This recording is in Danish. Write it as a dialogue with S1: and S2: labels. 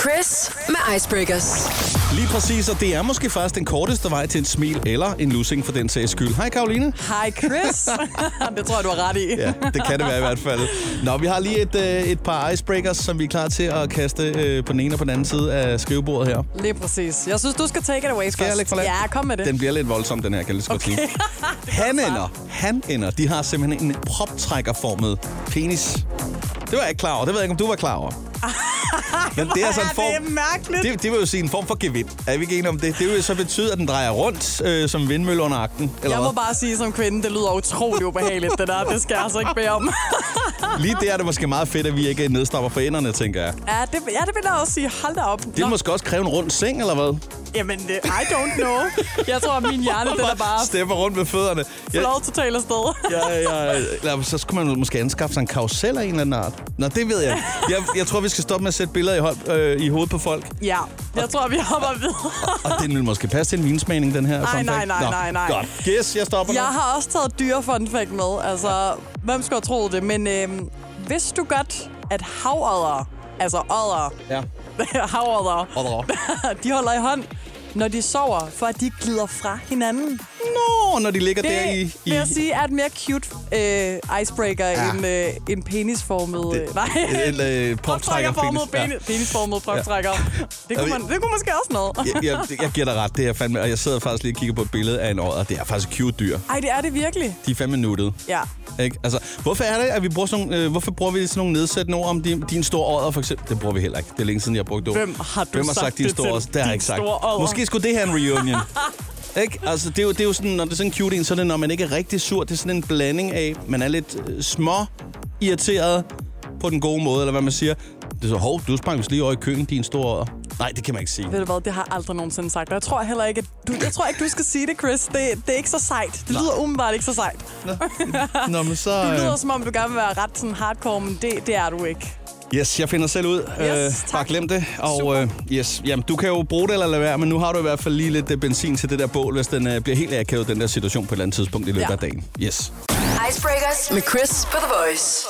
S1: Chris med Icebreakers.
S2: Lige præcis, og det er måske faktisk den korteste vej til en smil eller en lussing for den sags skyld. Hej Karoline.
S3: Hej Chris. det tror jeg, du har ret i.
S2: Ja, det kan det være i hvert fald. Nå, vi har lige et, øh, et par icebreakers, som vi er klar til at kaste øh, på den ene og på den anden side af skrivebordet her.
S3: Lige præcis. Jeg synes, du skal take it away
S2: Skal jeg lægge
S3: først.
S2: for land?
S3: ja, kom med det.
S2: Den bliver lidt voldsom, den her, kan jeg lige så godt sige. Han ender, han ender, de har simpelthen en proptrækkerformet penis. Det var jeg ikke klar over. Det ved jeg ikke, om du var klar over. Men det er altså en
S3: Hvor er
S2: form...
S3: det mærkeligt.
S2: Det, det vil jo sige en form for gevind. Er vi ikke enige om det? Det vil jo så betyde, at den drejer rundt øh, som vindmølle under akten. Eller
S3: Jeg må
S2: hvad?
S3: bare sige som kvinde, det lyder utrolig ubehageligt, det der. Det skal jeg altså ikke bede om.
S2: Lige der er det måske meget fedt, at vi ikke er nedstopper for enderne, tænker jeg.
S3: ja, det, ja, det vil jeg også sige. Hold da op.
S2: Det er måske også kræve en rund seng, eller hvad?
S3: Jamen, det, I don't know. Jeg tror, at min hjerne, den er bare
S2: Stepper rundt med fødderne.
S3: får lov til at tale afsted.
S2: Ja, ja, ja. Eller så skulle man måske anskaffe sig en karusel af en eller anden art. Nå, det ved jeg. jeg. Jeg tror, vi skal stoppe med at sætte billeder i, hold, øh, i hovedet på folk.
S3: Ja, jeg tror, vi hopper videre.
S2: Og den vil måske passe til en vinsmagning, den her. fun
S3: nej,
S2: fact.
S3: nej,
S2: Nå,
S3: nej, nej.
S2: Godt. Yes, jeg stopper
S3: Jeg
S2: nu.
S3: har også taget dyre fun fact med. Altså, hvem skulle have troet det? Men øhm, vidste du godt, at havodder, altså odder,
S2: Ja.
S3: havodder,
S2: Odder.
S3: de holder i hånd, når de sover, for at de glider fra hinanden.
S2: Nå, når de ligger
S3: Det
S2: der i... i...
S3: vil jeg sige er et mere cute øh, icebreaker
S2: Ja.
S3: ja. end øh, en penisformet...
S2: Det-
S3: Det, nej,
S2: en, øh, proptrækker
S3: Proptrækkerformet
S2: penis, ja.
S3: penis, penisformet proptrækker. Det, kunne
S2: vi-
S3: man, det kunne måske også noget.
S2: Jeg, jeg, jeg giver dig ret, det er jeg fandme. Og jeg sidder faktisk lige og kigger på et billede af en ådder. Det er faktisk et cute dyr.
S3: Ej, det er det virkelig.
S2: De er fandme nuttede.
S3: Ja.
S2: Ikke? Altså, hvorfor er det, at vi bruger sådan nogle, øh, hvorfor bruger vi sådan nogle nedsættende ord om din, din store ådder, for eksempel? Det bruger vi heller ikke. Det er længe siden, jeg har brugt det ord.
S3: Hvem har du
S2: Hvem har sagt,
S3: sagt
S2: din
S3: det
S2: store
S3: til?
S2: ådder? Det har jeg
S3: Din
S2: ikke sagt.
S3: store ådder.
S2: Måske skulle det her en reunion. ikke? Altså, det er, jo, det er jo sådan, når det er sådan en cute en, så er det, når man ikke er rigtig sur. Det er sådan en blanding af, man er lidt øh, små irriteret på den gode måde, eller hvad man siger. Det er så, hov, du sprang vist lige over i køen, din store ådder. Nej, det kan man ikke sige.
S3: Ved du hvad, det har jeg aldrig nogensinde sagt. Og jeg tror heller ikke, at du, jeg tror ikke, du skal sige det, Chris. Det, det er ikke så sejt. Det lyder umiddelbart ikke så sejt.
S2: Nå, men så...
S3: Du
S2: øh,
S3: lyder, som om du gerne vil være ret sådan hardcore, men det, det er du ikke.
S2: Yes, jeg finder selv ud. Yes, øh,
S3: tak.
S2: bare glem det. Og øh, yes, jamen, du kan jo bruge det eller lade være, men nu har du i hvert fald lige lidt øh, benzin til det der bål, hvis den øh, bliver helt akavet, den der situation på et eller andet tidspunkt i løbet ja.
S3: Ja.
S2: af dagen. Yes.
S1: Icebreakers med Chris på The Voice.